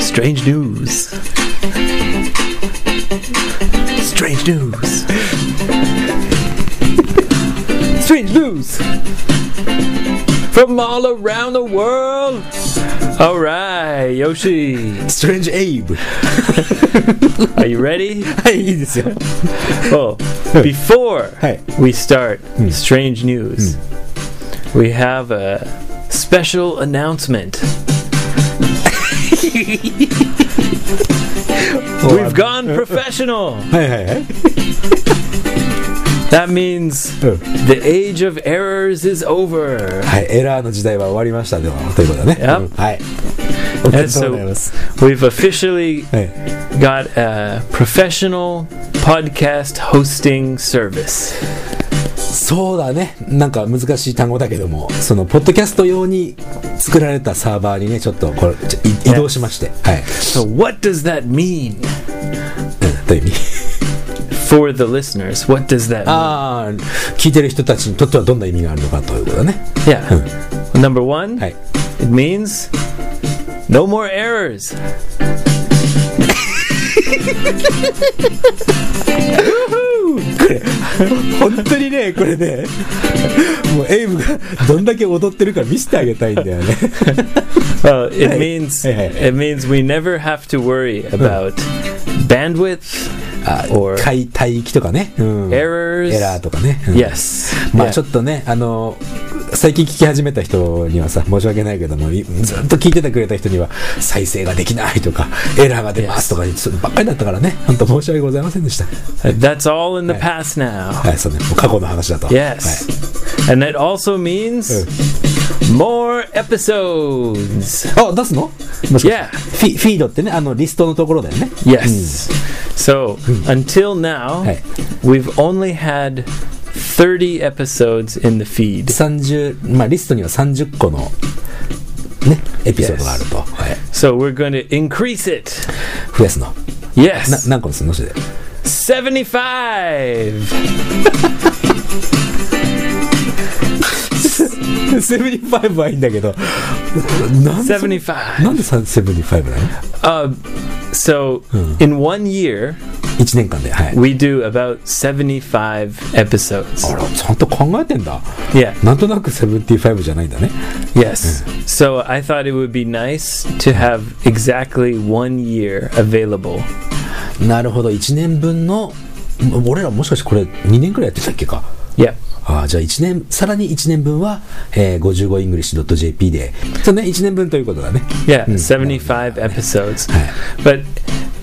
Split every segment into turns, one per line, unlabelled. Strange news. Strange news. Strange news from all around the world. All right, Yoshi,
Strange Abe!
are you ready?
はい、いいですよ。
Oh, before
はい。
we start strange news, we have a special announcement.
Oh,
We've gone professional.
はいはいはい。
That means
うん
the age of errors is over.
はい、エラーの時代は終わりましたではということだね。
Yep.
うんはい。おめでとうございます。
We've officially
はい、
got a professional podcast hosting service.
そうだね。なんか難しい単語だけども、その、ポッドキャスト用に作られたサーバーにね、ちょっとこれ、ちょい移動しまして。はい。
So, what does that mean
うん、という意味。
for the listeners? What does that
Uh,
mean?
ああ、聞いてる人たちにとってはどんな意味があるのかということだね。
Yeah. Number one,
はい。
it means no more errors.
本当にね、これね、もうエイブがどんだけ踊ってるか見せてあげたいんだよね。
Uh, it means
hey, hey.
it means we never have to worry about bandwidth or
海帯域とかね。うん。エ
errors.
ラーとかね。うん
Yes.
ま
Yeah.
あちょっとね、あの、最近聞き始めた人にはさ、申し訳ないけども、いずっと聞いててくれた人には、再生ができないとか、エラーが出ますとか、そればっかりだったからね、本当申し訳ございませんでした。
That's all in the past now.
はい、そうね、もう過去の話だと。
Yes. And that also means more episodes.
はい、あ、出すのもしかして
Yeah.
フィフィードってね、あの、リストのところだよね。
Yes. Hmm. So until now,
Hey.
we've only had 30 episodes in the feed.
30、まあリストには30個の、ね、エピソードがあると。はい、
So we're going to increase it.
増やすの。な
Yes.
何個にするのそれで。
75.
75はいいんだけど、なんでそん
75.
なんで75なの
Uh, so in one year,
1年間で、はい。
we do about 75 episodes.
あら、ちゃんと考えてんだ。
Yeah.
なんとなく75じゃないんだね。
Yes. So I thought it would be nice to have exactly one year available.
なるほど、1年分の、も俺らもしかしてこれ2年くらいやってたっけか。
Yep.
ああ、じゃあ1年、さらに1年分は、えー、55english.jp で。そうね、1年分ということだね。
Yeah, 75 episodes.
は
But
い。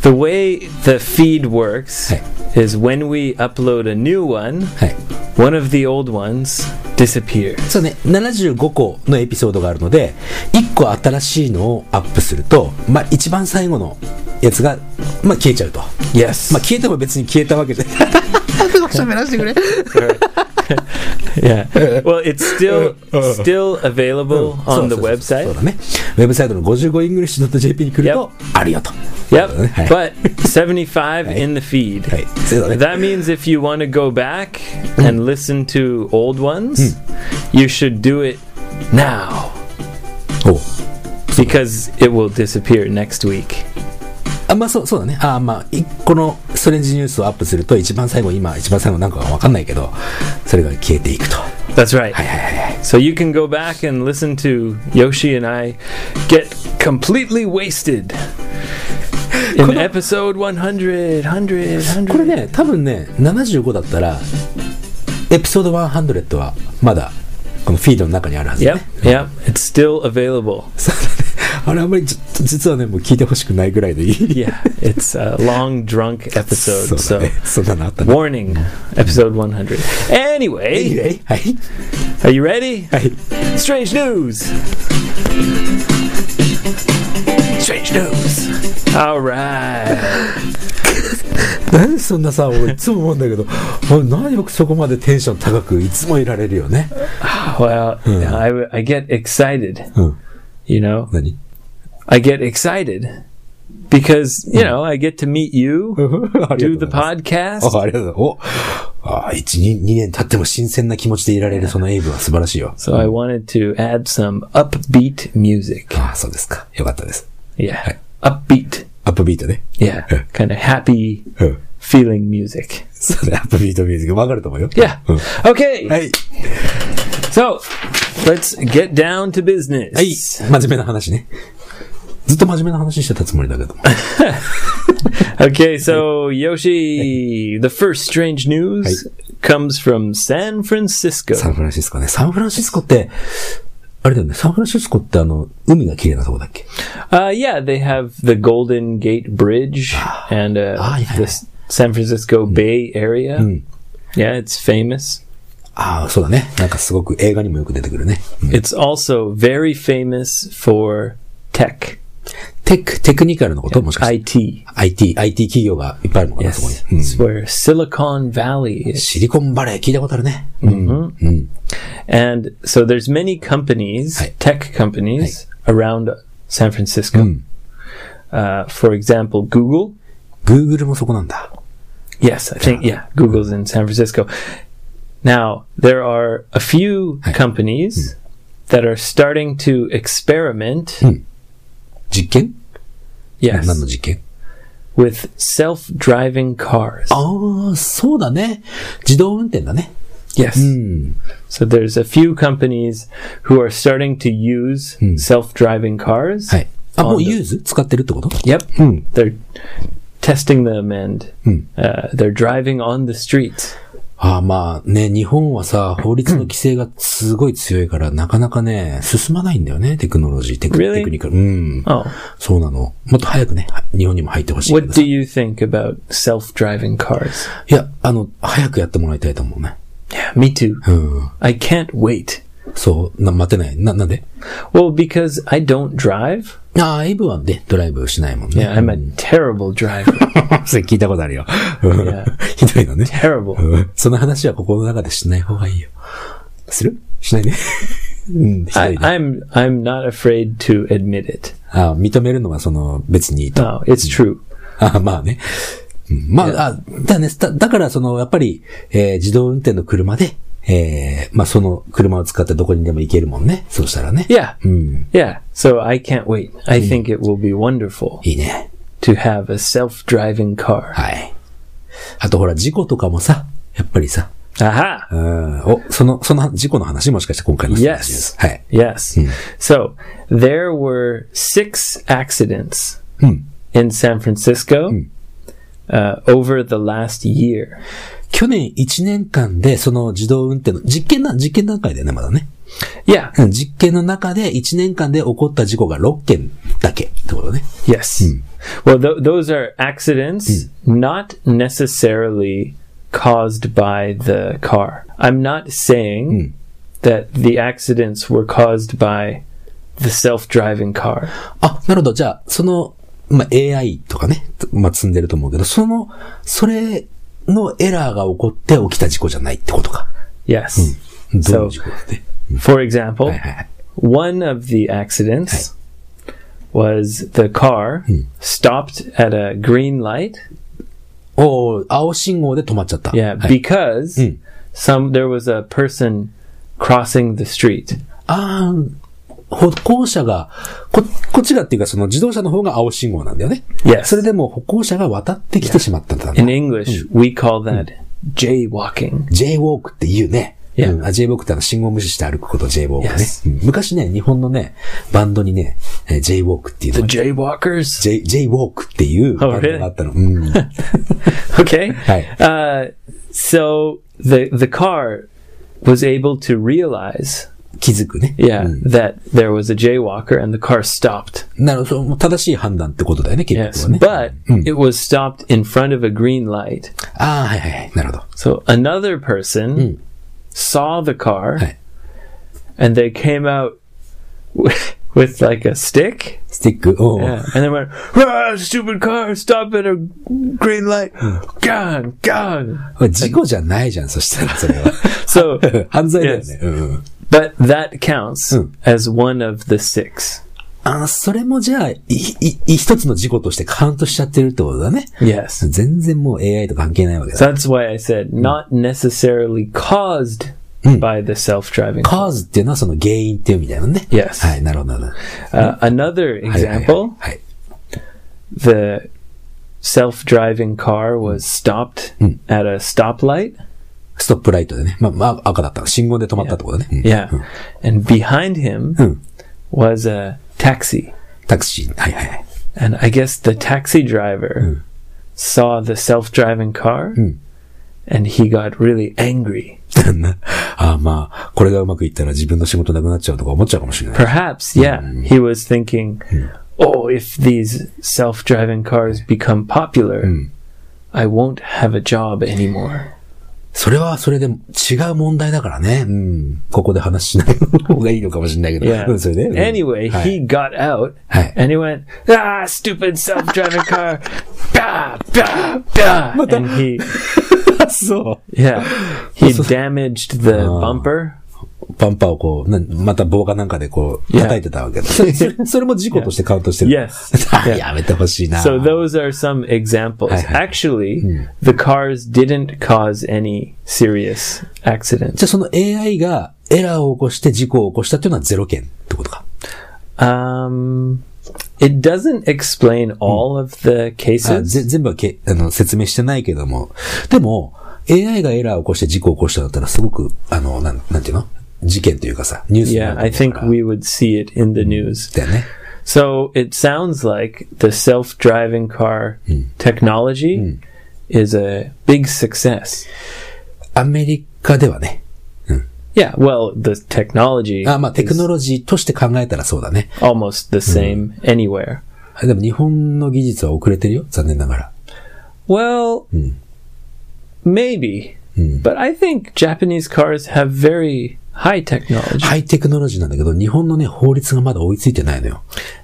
the way the feed works
Hey.
is when we upload a new one,
はい。
one of the old ones disappears.
そうね、75個のエピソードがあるので、1個新しいのをアップすると、まあ一番最後のやつが、まあ消えちゃうと。
Yes.
まあ消えても別に消えたわけじゃない。
yeah. Well, it's still still available
そう
on the
そうそうそうそう
website.
だね。ウェブサイトの 55english.jp に来ると、あるよと。そうだね
Yep.
はい
But 75 in the feed.
はい。そうだね。
That means if you want to go back and listen to old ones, you should do it now
おう
because it will disappear next week.
あまあそうそうだね。あまあ、いこのストレンジニュースをアップすると、一番最後、今、一番最後なんかがわかんないけど、それが消えていくと。は
That's right.
いはいはいはい。
So you can go back and listen to Yoshi and I get completely wasted in episode 100, 100, 100.
これね、多分ね、75だったら、エピソード100は、まだ、このフィードの中にあるはずだ
Yep,
ね。
yep. It's still available.
そうだねあれ、あんまり、ちょっと実はね、もう聞いてほしくないぐらいでいい。
Yeah, it's a long drunk episode.
そうだ
So,
ね。そんなのあったね。
warning, episode 100. Anyway,
えいはい。
are you ready?
はい。
Strange news. Strange news. All right.
なんでそんなさ、俺いつも思うんだけど、おいなんでよくそこまでテンション高くいつもいられるよね。
Well, I, I get excited,
うん。
you know?
何
I get excited because you know I get to meet you,
あり
do the
がとうございます。
podcast.
あありがとうございます。おあ1、2、2年経っても新鮮な気持ちでいられるそのエイブは素晴らしいよ。
So I wanted to add some upbeat music.
ああ、そうですか。よかったです。
Yeah, upbeat.
アップビートね。
Yeah, kind of happy
うん。
feeling music.
そうね、アップビートミュージック。わかると思うよ。
Yeah.
うん
Okay.
はい。
So let's get down to
はい。
business.
真面目な話ね。ずっと真面目な話してたつもりだけども。
Okay, so Yoshi, the first strange news comes from San Francisco.
サンフランシスコね。サンフランシスコって、あれだよね。サンフランシスコってあの、海が綺麗なとこだっけ
Uh, yeah, they have the Golden Gate Bridge and uh,
Ah, yeah. Hmm.
the S- San Francisco Bay Area. Yeah, it's famous.
ああ、そうだね。なんかすごく映画にもよく出てくるね。うん
It's also very famous for tech,
テク、テクニカルのこともしかし
IT.
て。IT、IT 企業がいっぱいあるのかな、そこ
Yes,
に。うん
it's where Silicon Valley is.
シリコンバレー聞いたことあるね。うん。うん。
Mm-hmm. And so there's many companies,
Hi.
tech companies around San Francisco.
Mm.
Uh, for example, Google.
Google もそこなんだ。
Yes, I think yeah, Google's in San Francisco. Now, there are a few
Hi.
companies that are starting to experiment,
Mm. 実験何
yes,
の実験
with self-driving cars.
Oh. ああ、そうだね。自動運転だね。
Yes.
うん。
So there's a few companies who are starting to use self-driving cars.
はい。あ、もう
On the-
ユーズ使ってるってこと
Yep.
うん。
They're testing them and
Mm.
uh, they're driving on the streets.
ああ、まあね、日本はさ、法律の規制がすごい強いから、なかなかね、進まないんだよね、テクノロジー、テク
Really？
テクニカル。うん。
Oh,
そうなの。もっと早くね、は日本にも入ってほしいけ
what
どさ
do you think about self-driving cars?
いや、あの、早くやってもらいたいと思うね。
Yeah, me too.
うん。
I can't wait.
そう、な、待てない。な、なんで
Well, because I don't drive.
ああ、エイブはね、ドライブしないもんね。
Yeah, I'm a terrible driver.
それ聞いたことあるよ。ひどいのね。
terrible.
うんその話はここの中でしない方がいいよ。するしないね。うん、ひど
I,
いね。
I'm I'm not afraid to admit it.
あ認めるのはその別にいいと。
No, it's true.
あ まあね。うんまあ、あだね、だだからその、やっぱり、えー自動運転の車で、えーまあその車を使ってどこにでも行けるもんね。そうしたらね。
Yeah,
うん。
yeah. So I can't wait. I think it will be wonderful
いいね。
to have a self-driving car.
はい。あとほら、事故とかもさ、やっぱりさ、
Aha.
うん。お、その、その事故の話もしかして今回の話です。はい。
Yes. So there were six accidents
Hmm.
in San Francisco uh, over the last year.
去年1年間で、その自動運転の、実験な、実験段階だよね、まだね。
Yeah.
うん実験の中で1年間で起こった事故が6件だけってことね。
Yes. Well, th- those are accidents not necessarily caused by the car. I'm not saying that the accidents were caused by the self-driving car.
あ、なるほど。じゃあ、その、まあ、AI とかね、まあ、積んでると思うけど、その、それのエラーが起こって起きた事故じゃないってことか。
Yes.
ど
So,
ういう事故だって。
for example,
はいはいはい。
One of the accidents was the car stopped at a green light.
おー青信号で止まっちゃった。
Yeah,
はい
because
Mm.
some there was a person crossing the street.
あー歩行者が、こ、こっちがっていうか、その自動車の方が青信号なんだよね。
Yes.
それでも歩行者が渡ってきてしまったんだね
In English, we call that jaywalking.
J-Walk って言うね。
Yeah.
うん、あ J-Walk ってあの信号無視して歩くこと J-Walk ね、
Yes.
うん昔ね、日本のね、バンドにね、えー J-Walk っていう
The
のが
jaywalkers.
J- J-Walk っていうバンドがあったの。うん、
Okay.
Hi.
Uh, so the the car was able to realize,
気 づくね。
yeah, that there was a jaywalker and the car stopped.
なるほど、もう正しい判断ってことだよね、結
Yes,
局はね。
but it was stopped in front of a green light.
ああ、はいはいはい、なるほど。
So another person saw the car
Hmm. Hey.
and they came out with, with like a stick
スティック、おう
yeah, and they went, "Rah, stupid car, stop at a green light.
Hmm.
Gone, gone.
これ事故じゃないじゃん、そしたら、それ は。
So,
犯罪だよね。
Yes.
うんうん
but that counts
Hmm.
as one of the six.
ああ、それもじゃあ、い、い、い一つの事故としてカウントしちゃってるってことだね。
Yes.
全然もう AI と関係ないわけ
So
だ。
that's why I said
Hmm.
not necessarily caused by the self driving.
カーズっていうのはその原因っていうみたいなね。
Yes.
はい、なるほど、なるほ
Uh, another
ど。はいはいはい
example
はい。
the self driving car was stopped at a stoplight.
ストップライトでね。まあ、まあ、赤だった。信号で止まったってことね。うん
Yeah.
うん
And behind him
Hmm.
was a taxi.
タクシー。はいはいはい。
And I guess the taxi driver saw the self driving car and he got really angry.
あまあ、これがうまくいったら自分の仕事なくなっちゃうとか思っちゃうかもしれない。
Perhaps, yeah, he was thinking, oh, if these self driving cars become popular, I won't have a job anymore.
それはそれで違う問題だからね。うん。ここで話しない方がいいのかもしれないけど。
Yeah.
うん、それで。うん
Anyway,
はい
he got out
はい。
and he went, ah, stupid self driving car. bah, bah, bah. And he,
そ
yeah, he damaged the bumper.
う。パンパをこう、なんまた棒かなんかでこう、
Yeah.
叩いてたわけだ。 それそれそれも事故としてカウントしてる。
Yes.
あやめてほしいな。
So those are some examples.
Hi, hi.
Actually, the cars didn't cause any serious
じ
accidents.
ゃあその AI がエラーを起こして事故を起こしたっていうのはゼロ件ってことか。
Um, it doesn't explain all of the
あ
cases.
ぜ全部はけあの説明してないけども。でも、AI がエラーを起こして事故を起こしたんだったらすごく、あの、なん、なんていうの事件というかさ、ニュースにな
Yeah,
ると
I
思う
think
から
we would see it in the news.
だよね。
So it sounds like the self-driving car technology is a big success.
アメリカではね。
Yeah, well, the technology
あ、まあ、テク
is
ノロジーとして考えたらそうだね。
almost the same anywhere.
でも日本の技術は遅れてるよ。残念ながら。
Well, maybe. But I think Japanese cars have very high technology.
ハイテクノロジーなんだけど、日本のね、法律がまだ追いついてないのよ。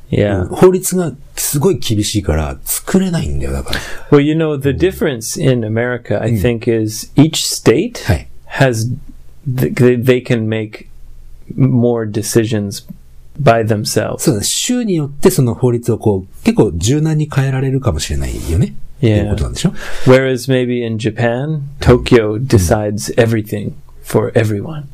Yeah.
法律がすごい厳しいから、作れないんだよ、だから。
Well, you know, the difference in America, I think, is each state
Hi.
has, th- they, they can make more decisions by themselves.
そうだね。州によってその法律をこう、結構柔軟に変えられるかもしれないよね。っていうことなんでしょ
Whereas maybe in Japan, Tokyo decides everything for everyone.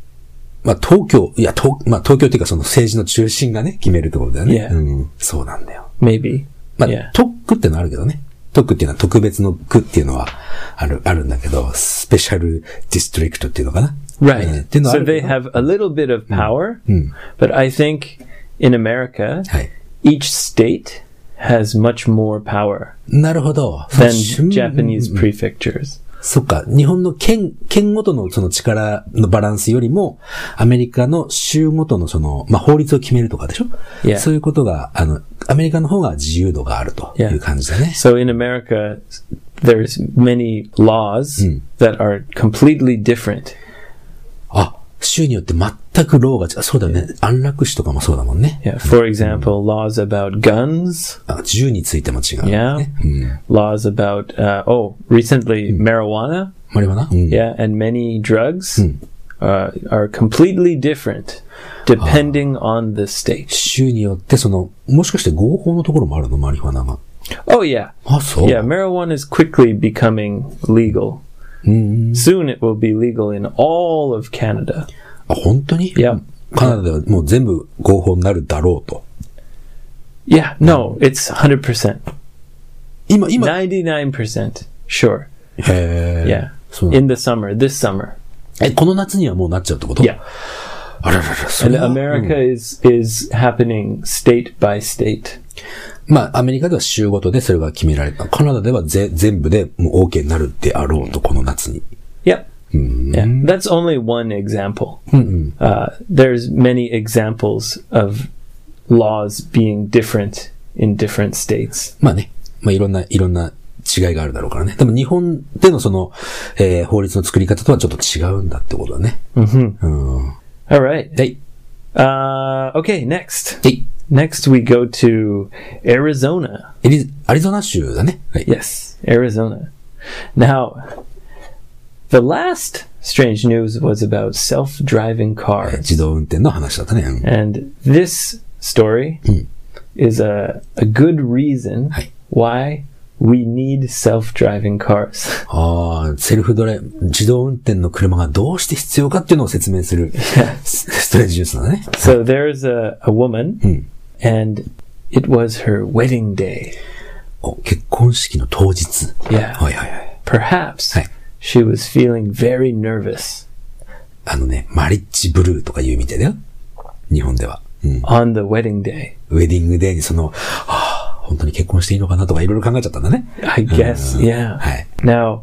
まあ、東京、いや、東、まあ、東京っていうかその政治の中心がね、決めるってことだよね。
Yeah.
うん。そうなんだよ。
Maybe.
まあ
Yeah.、
特区ってのはあるけどね。特区っていうのは特別の区っていうのはある、あるんだけど、スペシャルディストリクトっていうのかな。
Right.
うんっていうのはあ
so
るけ
they
ど。
have a little bit of power, but I think in America,
はい。
each state has much more power
なるほど。
than
その
Japanese prefectures.
そっか。日本の県、県ごとのその力のバランスよりも、アメリカの州ごとのその、まあ、法律を決めるとかでしょ
Yeah.
そういうことが、あの、アメリカの方が自由度があるとい
Yeah.
う感じだね。
So in America, there's many laws that are completely different.
あ、州によって全くローが違う。そうだよね。安楽死とかもそうだもんね。
Yeah, for example, laws about guns.
あ銃についても違う、
Yeah,
ね。うん。
laws about uh, oh, recently marijuana.
マリファナうん。
Yeah, and many drugs uh, are completely different depending on the state.
州によって、その、もしかして合法のところもあるのマリファナが。
Oh yeah,
あ、そう。
yeah. Marijuana is quickly becoming legal. Soon it will be legal in all of Canada.
あ、本当に
Yeah.
カナダではもう全部合法になるだろうと。
Yeah, no, it's 100%.
今、今、
99% sure.
へー
Yeah.
そうなん
In the
だ
summer, this summer.
え、この夏にはもうなっちゃうってこと、
Yeah.
あららら、そ
And
れは、うん
America is is happening state by state.
まあ、アメリカでは州ごとでそれが決められた。カナダではぜ全部でもう OK になるであろうと、この夏に。
Yep. Yeah. That's only one example. Uh, there's many examples of laws being different in different states.
まあね、まあいろんな、いろんな違いがあるだろうからね。でも日本でのその、えー法律の作り方とはちょっと違うんだってことだね。うん。は
All right.
い。
Uh, okay, next.
はい。
Next, we go to Arizona.
エリアリゾナ州だね。はい。
Yes, Arizona. Now, the last strange news was about self driving
えー
cars.
自動運転の話だったね。うん
And this story is a, a good reason
Hi.
why we need self driving cars.
ああ、セルフドライブ、自動運転の車がどうして必要かっていうのを説明するスストレージニュースだね。
so there's a, a woman, and it was her wedding day.
お結婚式の当日。
Yeah.
はいはいはい。
Perhaps
Hi.
she was feeling very nervous
あのね、マリッジブルーとか言うみたいだよ。日本では。うん。
on the wedding day.
ウェディングデーにその、はあ、本当に結婚していいのかなとかいろいろ考えちゃったんだね。
I guess,
うん
yeah.
はい。
Now,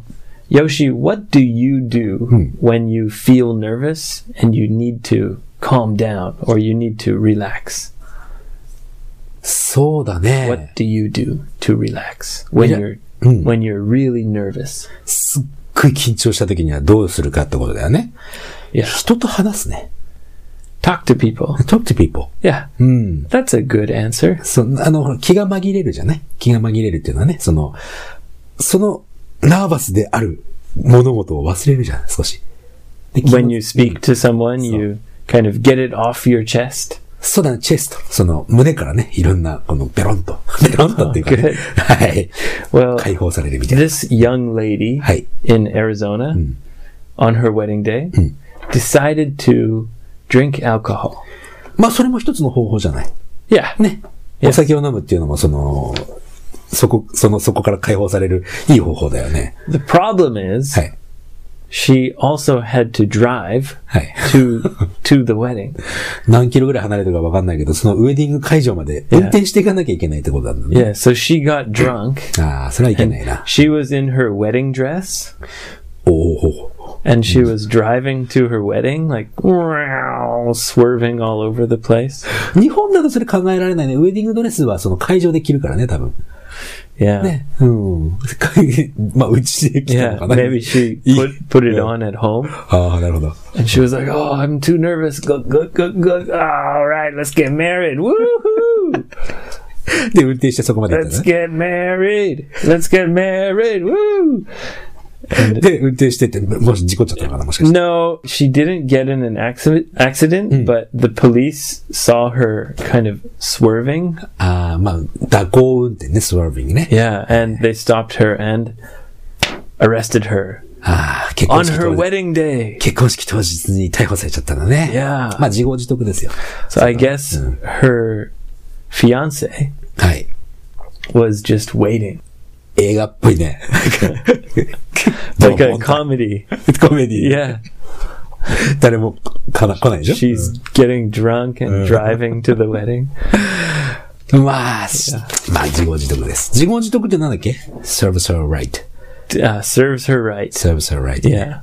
Yoshi, what do you do when you feel nervous and you need to calm down or you need to relax?
そうだね。
What do you do to relax when
Yeah.
you're
Mm.
when you're really nervous?
すっごい緊張した時にはどうするかってことだよね。
Yeah.
人と話すね。
Talk to people.
talk to people.
Yeah.
うん。
That's a good answer.
そんあの、ほら気が紛れるじゃない気が紛れるっていうのはね、その、その、ナーバスである物事を忘れるじゃない少し。で
When
気
you
持ち
speak to someone, you kind of get it off your chest.
そうだね、チェスト。その、胸からね、いろんな、この、ベロンと。ベロンとっていうか、ね、はい。
Well,
解放されるみたいな。
this young lady
はい。
in Arizona on her wedding day decided to drink alcohol.
まあ、それも一つの方法じゃない。
Yeah.
ね。
Yes.
お酒を飲むっていうのも、その、そこ、その、そこから解放される、いい方法だよね。
The problem is
はい。
she also had to drive
はい。
to to the wedding.
何キロぐらい離れてるかわかんないけど、そのウェディング会場まで運転していかなきゃいけないってことなんだね。
Yeah, so she got drunk.
ああ、それはいけないな。
She was in her wedding dress
おお
and she was driving to her wedding like wow, swerving all over the place.
日本だとそれ考えられないね。ウェディングドレスはその会場で着るからね、多分。
Yeah.
ね。うん。 まあ、うちで着た
Yeah,
のかな。
maybe she
いい
put, put it
Yeah.
on at home
ああ、なるほど。
and she was like, "Oh, I'm too nervous. Go, go, go, go. All right, let's get married. Woohoo!
で、運転してそこまで行った
Let's
のね。
get married. Let's get married. Woo!"
で、運転してって、もし事故っちゃったのかな、もしかして。
No, she didn't get in an accident, accident but the police saw her kind of swerving.
ああ、まあ、蛇行運転ね、スワービングね。
Yeah, and they stopped her and arrested her
ああ、結婚
on
式
her
当日。
wedding day.
結婚式当日に逮捕されちゃったんだね。
Yeah.
まあ、自業自得ですよ。
So I guess her fiance
はい。
was just waiting.
映画っぽいね。
Like a comedy.
コメディ。
Yeah.
誰もかな来ないでし
She's getting drunk and driving to the wedding.
ょまあ、しまあ、自業自得です。自業自得ってなんだっけ ?serves her right.
Uh, serves her right.
serves her right.
Yeah.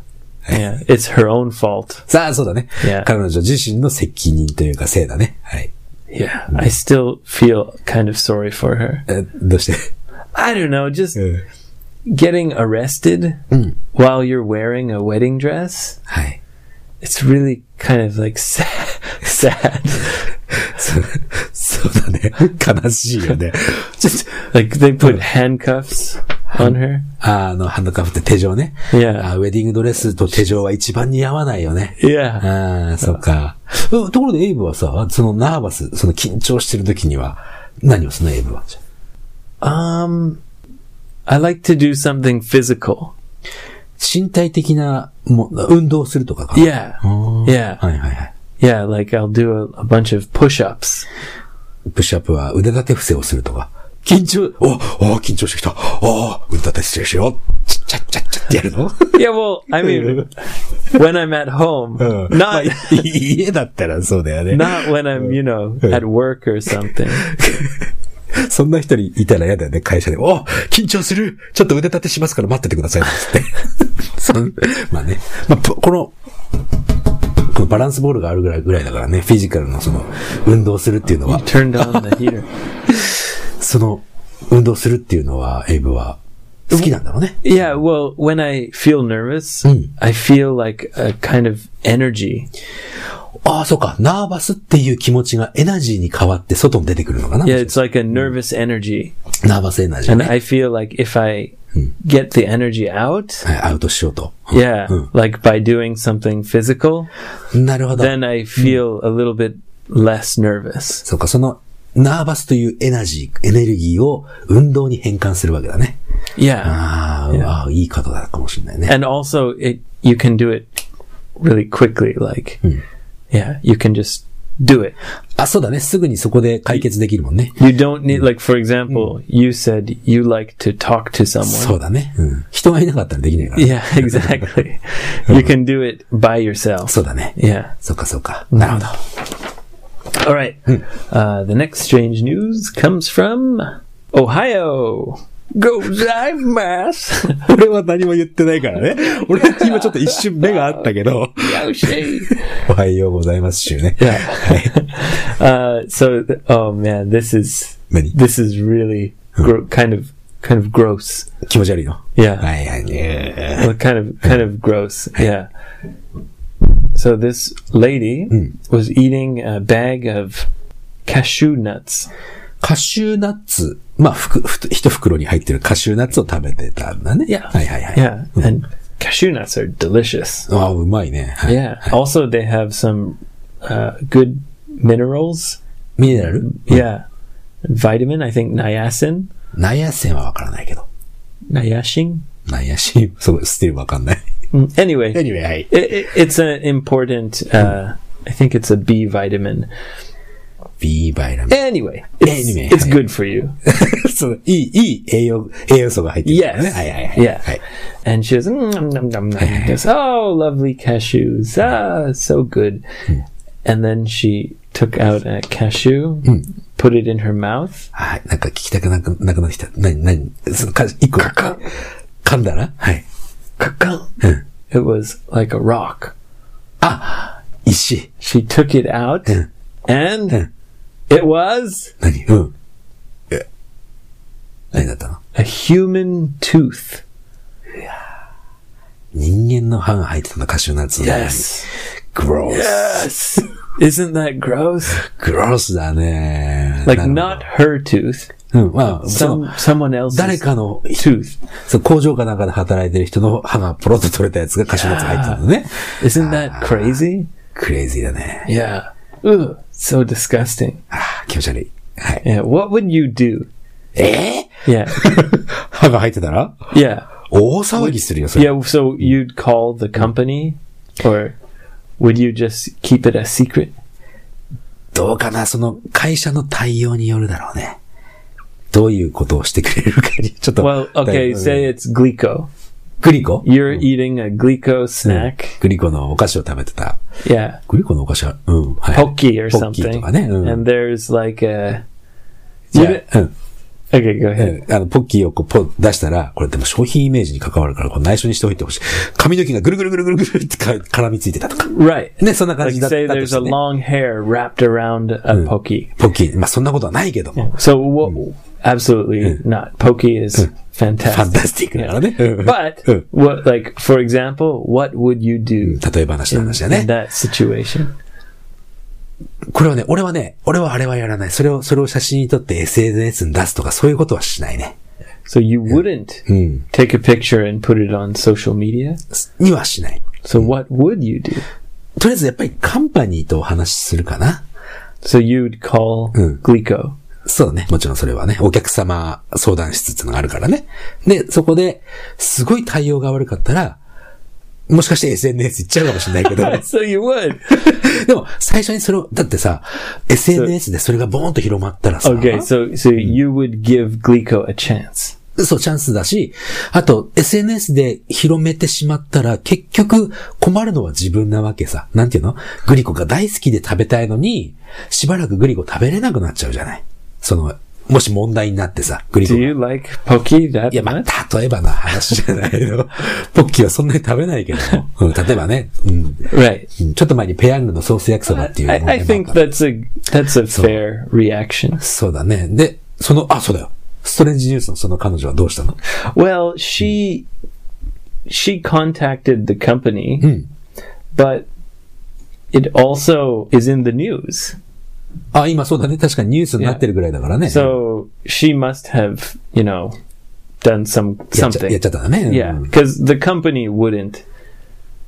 Yeah. It's her own fault.
さあ、そうだね。
Yeah.
彼女自身の責任というか、せいだね。はい。
Yeah. I still feel kind of sorry for her.
えどうして
I don't know, just
うん
getting arrested while you're wearing a wedding dress.
はい。
It's really kind of like sad. sad.
そそう だね。悲しいよね。ちょっと、
Like they put handcuffs on her.
あの、ハンドカフって手錠ね。
Yeah.
あウェディングドレスと手錠は一番似合わないよね。
Yeah.
ああ、そっ か。うんところでエイブはさ、そのナーバス、その緊張してる時には、何をするのエイブは。
Um I like to do something physical.
身体的なもの、運動するとかかな。
Yeah. Yeah.
はいはいはい。
Yeah, like I'll do a, a bunch of push-ups.
プッシュアップは腕立て伏せをするとか。緊張、お、お、緊張してきた。お、腕立て伏せしよう。ちっちゃっちゃっちゃってやる の
Yeah, well, I mean when I'm at home,
うんまあ
not
い 家だったらそうだよね。
not when I'm, you know, at work or something.
そんな人にいたら嫌だよね、会社で。お緊張するちょっと腕立てしますから待っててく ださい。って。そんまあね。まあ、ぷこの、このバランスボールがあるぐらいぐらいだからね、フィジカルのその、運動するっていうのは、
Turned on the heater.
その、運動するっていうのは、エイブは、好きなんだろうね。
Yeah, well, when I feel nervous, I feel like a kind of energy.
ああ、そうか。ナーバスっていう気持ちがエナジーに変わって外に出てくるのかな
Yeah, it's like a nervous energy.
ナーバスエナジー
And
ね。
I feel like if I get the energy out,
はい、アウトしようと。
yeah,
うん
like by doing something physical,
なるほど。
then I feel a little bit less nervous.
そうか、そのナーバスというエナジー、エネルギーを運動に変換するわけだね。
Yeah.
あーあー、いい方だかもしれないね。
And also it you can do it really quickly like yeah, you can just do it.
あ、そうだね。すぐにそこで解決できるもんね。
You don't need like for example, you said you like to talk to someone.
そうだね。うん。人がいなかったらできないからね。
Yeah, exactly. you can do it by yourself.
そうだね。
Yeah.
そっかそっか。なるほど。
All right. Uh, the next strange news comes from Ohio. Go drive mass.
俺は何も言ってないから ね。俺今ちょっと一瞬目があったけど。おはようございますしね。
uh, so, th- oh man, this is
何
this is really gro- kind of kind of gross.
気持ち悪いの
Yeah.
はいはいね。
Well, kind of kind of gross. Yeah. So this lady was eating a bag of cashew nuts.
カシューナッツ。まあ、ふく、ふと一袋に入ってるカシューナッツを食べてたんだね。
Yeah.
はいはいはい。
Yeah, and cashew nuts are delicious.
ああ、うまいね。はい
Yeah. Also, they have some uh, good minerals.
ミネラル
Yeah. Vitamin, I think niacin.
ナイアシンはわからないけど。
Niacin?
ナイアシン、そう、スティルわかんない。
Mm, Anyway, it,
Anyway, はい。
it, it's an important, uh, I think it's a B vitamin.
B バイラミン。
Anyway, it's,
Anyway.
it's good for you.
そう、いい、いい栄養、栄養素が入ってるからね。
Yes.
はいはいはい。
Yeah.
はい
And she was, mm, nom, nom, nom, nom, just, oh, lovely cashews. Ah, so good. And then she took out a cashew, put it in her mouth.
はい。なんか聞きたくなくなくなってきた。なになにそのか、一個。噛んだなはい。
Ka-kunk. It was like a rock.
石。
She took it out,
Yeah.
and
Yeah.
it was
何うん。え。何だったの
a human tooth.
人間の歯が入ってたのカシューナッツの中に。gross.
Yes. Isn't that gross?
gross だね。
Like
なる
not her tooth,
ほどうん。まあ、その、
some someone else's
誰かの、
tooth.
そう工場かなんかで働いてる人の歯がポロッと取れたやつがカシューナッツ入ってたのね。
Isn't
Ah.
that crazy?
クレイジーだね。
Yeah. Ugh, so disgusting.
あー気持ち悪い。はい。
Yeah. What would you do?
え
Yeah.
歯が入ってたら
Yeah.
大騒ぎするよ、それ。
Yeah. So you'd call the company, or would you just keep it a secret?
どうかなその会社の対応によるだろうね。どういうことをしてくれるかに、 ちょっと。
Well,
だい
okay.
ぶ
Say it's Glico.
グリコ
You're eating a Glico snack.
グリコのお菓子を食べてた。
Yeah.
グリコのお菓子は、うん。はい
Pocky or
ポッキー
something.
とかね。うん。
And there's like a.
じゃ
You didn't-
あうん。
Okay, go ahead.
うんあの、ポッキーをこう、ポ出したら、これでも商品イメージに関わるから、こう内緒にしておいてほしい。髪の毛がぐるぐるぐるぐるぐるってか絡みついてたとか。
Right.
ね、そんな感
Like
じだっ
say
たと
there's a
して、ね。
long hair wrapped around a pokey.
ポッキー、まあそんなことはないけども、
So what? Absolutely not. Pokey is
ファン
Hmm. fantastic. Hmm.
タスティックだからね。うん
But
うん
what, like for example, what would you do
例え話の話だ
in
ね。
that situation?
これはね、俺はね、俺はあれはやらない。それを、それを写真に撮って SNS に出すとか、そういうことはしないね。
So you wouldn't take a picture and put it on social media.
にはしない。
So what would you do?
とりあえずやっぱりカンパニーとお話しするかな。
So you'd call Glico.
そうだね。もちろんそれはね、お客様相談室っていうのがあるからね。で、そこで、すごい対応が悪かったら、もしかして SNS 行っちゃうかもしれない けど、
So you would.
でも最初にそれを、だってさ、SNS でそれがボーンと広まったらさ、
Okay, so so you would give Glico a chance.
そう、チャンスだし、あと、SNS で広めてしまったら、結局、困るのは自分なわけさ。なんていうのグリコが大好きで食べたいのに、しばらくグリコ食べれなくなっちゃうじゃない。その、もし問題になってさ、グリコ
Do
が。
you like Pokey that
いや、ま
much?
あ、例えばの話じゃない の。ポッキーはそんなに食べないけども。うん、例えばね、うん。
Right.
うんちょっと前にペヤングのソース焼きそばっていう
I,
問題
I
もあ
think
った
that's a that's a fair reaction.
そうだね。で、その、あ、そうだよ。ストレンジニュースのその彼女はどうしたの
Well, she she contacted the company, but it also is in the news.
あ、今そうだね。確かにニュースになってるぐらいだからね。
So she must have, you know, done some
やっちゃや
something.
っ Mm-hmm. ちゃったんだね。うん
Yeah, because the company wouldn't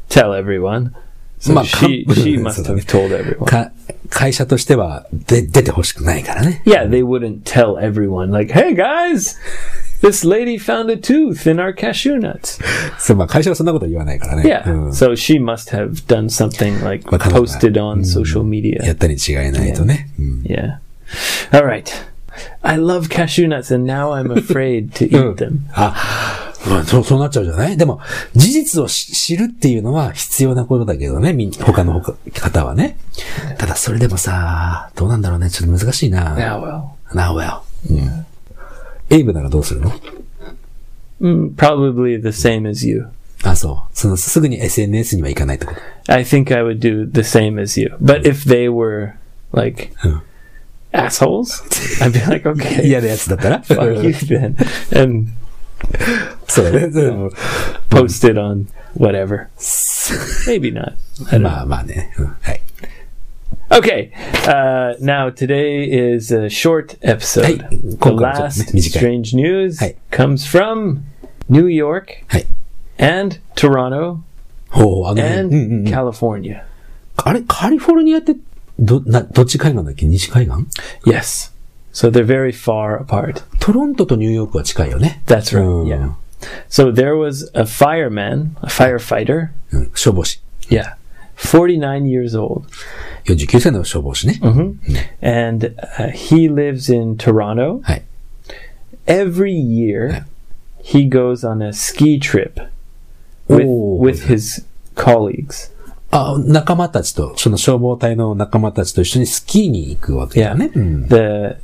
tell everyone. So
まあ、
she
か
she must
そうだね
have told everyone.
か会社としてはで出てほしくないからね。
Yeah, they wouldn't tell everyone. Like, hey guys, this lady found a tooth in our cashew nuts.
そうまあ、会社はそんなこと言わないからね。
Yeah.
うん
So she must have done something like
Well, come on,
posted on social
や
media.
ったに違いないとね。うん
Yeah. All right. I love cashew nuts and now I'm afraid to
Mm.
eat them.
あ、まあ、そう、そうなっちゃうじゃないでも、事実をし知るっていうのは必要なことだけどね、みん他の他方はね。ただ、それでもさ、どうなんだろうね、ちょっと難しいな。
Now well.
Now well. うんエイブならどうするの
Mm, probably the same as you.
あ、そう。その、すぐに SNS には行かないってこと。
I think I would do the same as you. But if they were like
Mm.
assholes, I'd be like, okay.
嫌なやつだ ったら
fuck you then and
そうだね。でも
post it on whatever maybe not I don't
ま
know.
あまあね。うんはい。
okay uh, now today is a short episode
Hey,
the
今回はちょっとね、
last
短い。
strange news
はい。
comes from new york
はい。
and toronto
ほう、あのね、
and
うんうんうん
california
あれ、カリフォルニアって、ど、な、どっち海岸だっけ西海岸
yes so they're very far apart
トロントとニューヨークは近いよね。
that's right
うん
yeah so there was a fireman a firefighter
うん消防士。
yeah 49 years old
49歳の消防士ね。Mm-hmm.
and uh, he lives in Toronto.
Hi.
Every year,
Hi.
he goes on a ski trip with
Oh.
with his colleagues.
あ、仲間たちと、その消防隊の仲間たちと一緒にスキーに行くわけだね。うん、
The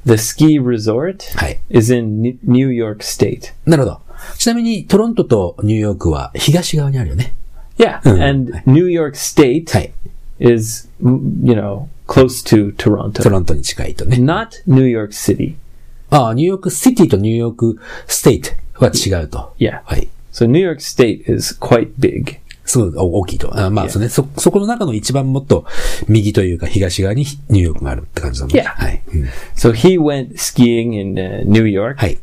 the ski resort
はい。
is in N- New York State.
なるほど。ちなみに、トロントとニューヨークは東側にあるよね。
Yeah,
Hmm.
Mm-hmm. and New York State
はい。
is mm, you know close to
ト
Toronto,
ロントに近いとね。
not New York City.
あニューヨークシティとニューヨークステイトは違うと。
Yeah,
はい。
so New York State is quite big.
すごいお大きいと。あまあ、そうね。そ、そこの中の一番もっと右というか東側にニューヨークがあるって感じだもんね。
Yeah.
はい、うん
So he went skiing in uh, New York.
はい。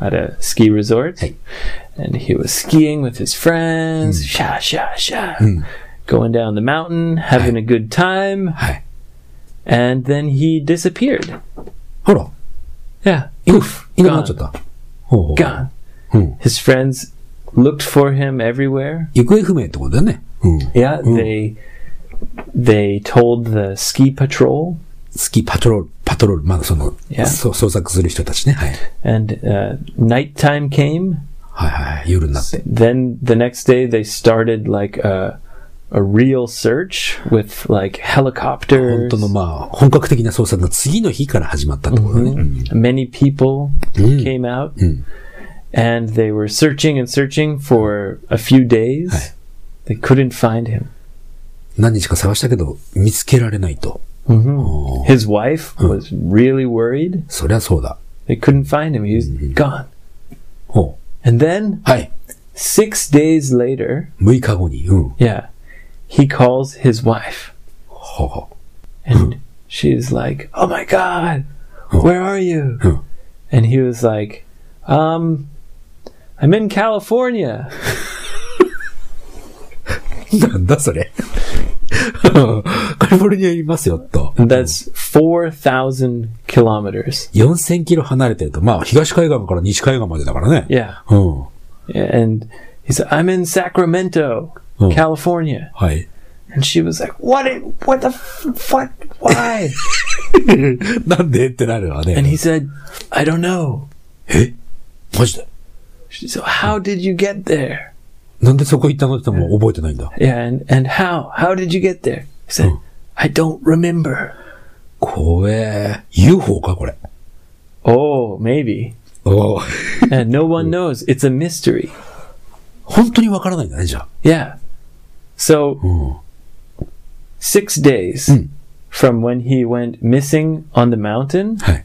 at a ski resort,
Hey.
and he was skiing with his friends, sha sha sha, going down the mountain, having a good time,
はい。
and then he disappeared.
ほら。
Yeah,
いないなくなっちゃった。ほうほう
gone.
Hmm.
His friends looked for him everywhere.
行方不明ってことだよね。うん。
Yeah, they they told the ski patrol,
スキーパトロール、パトロール、まあその、
Yeah.
そう捜索する人たちね。はい。
and uh, nighttime came.
はいはいはい。夜になって。
Then the next day, they started like a a real search with like
本
helicopters.
当のまあ、本格的な捜索が次の日から始まったってことだね。うん
Mm-hmm. many people came out
Mm.
and they were searching and searching for a few days.
Hi.
They couldn't find him.
何日か探したけど、見つけられないと。おー
Oh. His wife was really worried.
そりゃそうだ。
They couldn't find him. He was
Mm-hmm.
gone.
ほ
And then
う。はい。
six days later,
6日後に。うん。
yeah, he calls his wife
ほうほ
and she's like, Oh my God,
Oh.
where are you?
Oh.
And he was like, Um, I'm in California.
う。なんだそれ。カリフォルニアにいますよ、と。
And that's 4,000 kilometers.
4000キロ離れてると。まあ、東海岸から西海岸までだからね。
Yeah.
うん。
And he said, I'm in Sacramento,
Oh.
California.
はい。
And she was like, What? i- What the? F- what? Why?
なんでってなるわ
and
ね。
he said, I don't know.
えマジで
She said, How did you get there?
なんでそこ行ったのって言っても覚えてないんだ。
Yeah. And, and how? How did you get there? He said,
Oh.
I don't remember.
怖え。UFO か、これ。
Oh, maybe.
おー
And no one knows. It's a mystery.
本当にわからないんだね、じゃあ。
Yeah. So,
Oh.
six days from when he went missing on the mountain
Hey.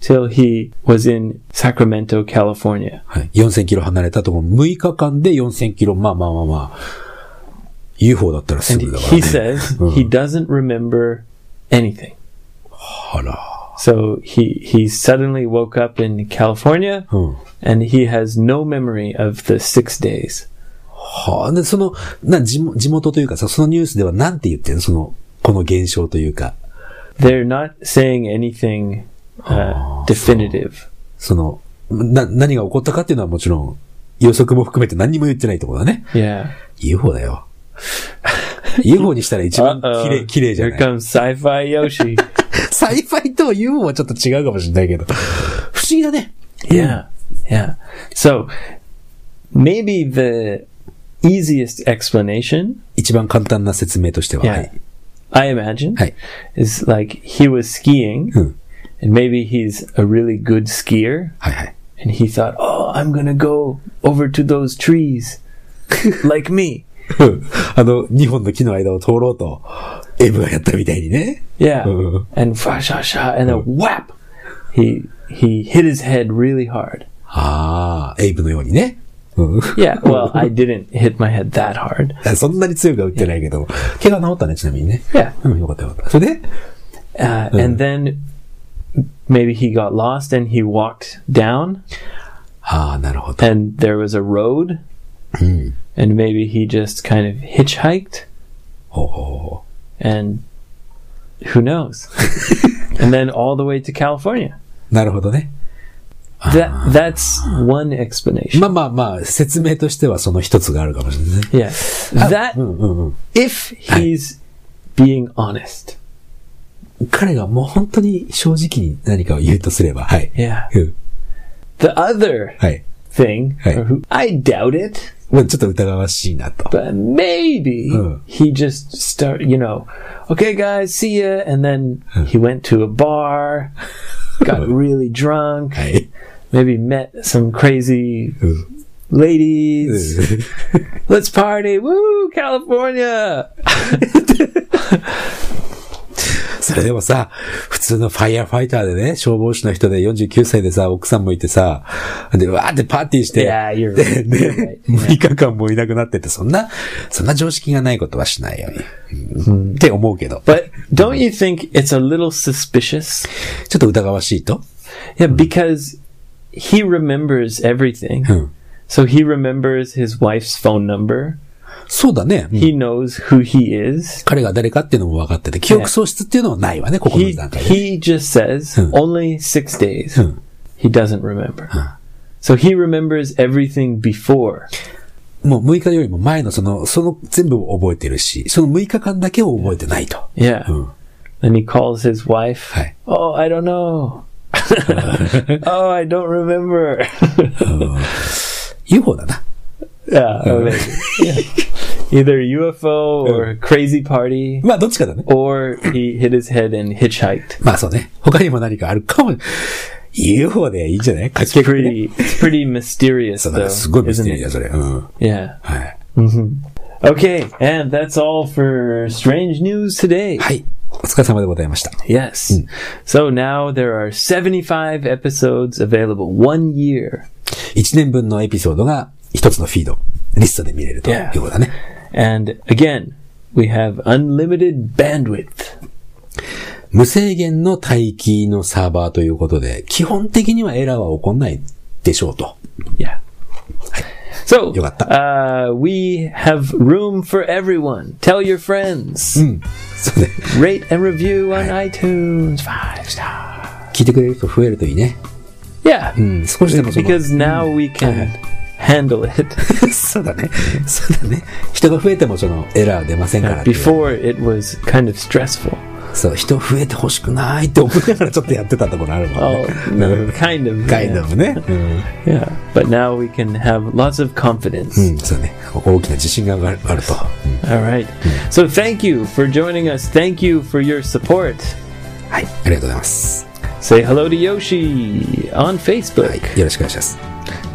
till he was in Sacramento, California.
はい。4000キロ離れたところ、6日間で4000キロ、まあまあまあまあ。UFO だったらす
And
ぐだから
he
ね。
says he doesn't remember anything.
あら。
So he he suddenly woke up in California
うん。
and he has no memory of the 6 days.
ははあ、で、その、な、地元地元というかさ、そのニュースではなんて言ってんのその、この現象というか、
They're not saying anything uh, definitive.
その、な、何が起こったかっていうのはもちろん、予測も含めて何にも言ってないってことだね。
Yeah.
UFO だよ。UFO にしたら一番
Uh-oh.
綺麗、綺麗じゃ
Here
ない。
comes sci-fi Yoshi.
サイファイと UFO はちょっと違うかもしれないけど。不思議だね。
yeah. Yeah. So maybe the easiest explanation,
一番簡単な説明としては。
yeah,
はい。
I imagine,
Hey.
is like he was skiing,
Hmm.
and maybe he's a really good skier,
はいはい。
and he thought, "Oh, I'm gonna go over to those trees, like me."
うんあの、2本の木の間を通ろうと、エブがやったみたいにね。
Yeah,
Uh-huh.
and fa sha sha, and then whap, he he hit his head really hard.
ああ、エイブのようにね。うん
Yeah, well, I didn't hit my head that hard.
そんなに強くは打ってないけど、怪我治ったね、ちなみにね。
Yeah,
うん、よかったよかった。それで、
uh, and then maybe he got lost and he walked down,
ああ、なるほど。
and there was a road, and maybe he just kind of hitchhiked,
ほうほうほ
and who knows? and then all the way to California.
うなるほどね。
That that's one explanation.
まあまあまあ、説明としてはその一つがあるかもしれないね。
Yeah, that
うんうんうん。
if he's being honest.
彼がもう本当に正直に何かを言うとすれば、はい。
Yeah.
うん、
The other
はい。
thing,
Hey.
or who, I doubt it,
まあちょっと疑わしいなと。
but maybe
Uh.
he just start, you know, okay guys, see ya, and then he went to a bar, got really drunk,
はい。
maybe met some crazy
うん
ladies. Let's party, woo, California.
それでもさ、普通のファイヤーファイターでね、消防士の人で49歳でさ、奥さんもいてさ、で、わーってパーティーして、
Yeah, you're
で
right.
ね
You're right.
6日間もいなくなってて、そんな、そんな常識がないことはしないように。うんって思うけど、
But don't you think it's a little suspicious?
ちょっと疑わしいと。
Yeah, because he remembers everything.
Hmm.
So he remembers his wife's phone number.
そうだね。
He knows who he is.
彼が誰かっていうのも分かってて、記憶喪失っていうのはないわね、ここの
He
段階で。
he just says
Hmm.
only 6 days.
Hmm.
He doesn't remember.
Huh.
So he remembers everything before.
もう6日よりも前のその、その全部を覚えてるし、その6日間だけを覚えてないと。
Yeah.
Hmm.
And he calls his wife.
Hi.
Oh, I don't know. oh, I don't remember.
いう方だな。
yeah,
Hmm.
oh, maybe. Yeah. Either UFO or crazy party
まあ、どっちかだね。
or he hit his head and hitchhiked.
まあそうね。他にも何かあるかも。UFO でいいんじゃないか
It's pretty, it's pretty mysterious,
そうだ
though,
ね。すごいミス
isn't
テリーだ、
it?
それ。うん。
Yeah.
はい。
Okay, and that's all for strange news today.
はい。お疲れ様でございました。
Yes. So now there are 75 episodes available, one year,
1年分のエピソードが一つのフィード、リストで見れるとい
Yeah.
うことだね。
and again, we have unlimited bandwidth.
無制限の待機のサーバーということで、基本的にはエラーは起こんないでしょうと。
Yeah. So,
よかった。
uh, we have room for everyone. Tell your friends.
うん。そうね。
Rate and review on iTunes. Five stars.
聞いてくれる人増えるといいね。
Yeah.
うん。少しでもその
because now we can handle it
そうだね。そうだね。人が増えてもそのエラー出ませんからっていう
before it was kind of stressful
そう、人増えてほしくないって思いながらちょっとやってたところあるもん
oh
ね。
kind of
ガイド
yeah.
もね。うん。
yeah but now we can have lots of confidence
うん、そうね。大きな自信があるあると。うん、
all right so thank you for joining us thank you for your support
はい。ありがとうございます。
say hello to yoshi on facebook
はい。よろしくお願いします。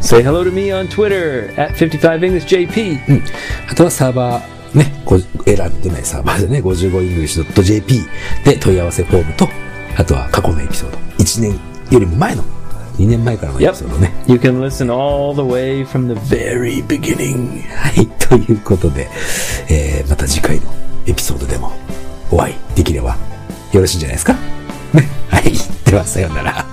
say hello to me on twitter at 55 english jp
あとはサーバー、ね、ごエラーの出ないサーバーでね、55english.jp で問い合わせフォームと、あとは過去のエピソード。1年よりも前の、2年前からのエピソードね。
you can listen all the way from the very beginning
はい。ということで、えー、また次回のエピソードでもお会いできればよろしいんじゃないですかね。はい。では、さようなら。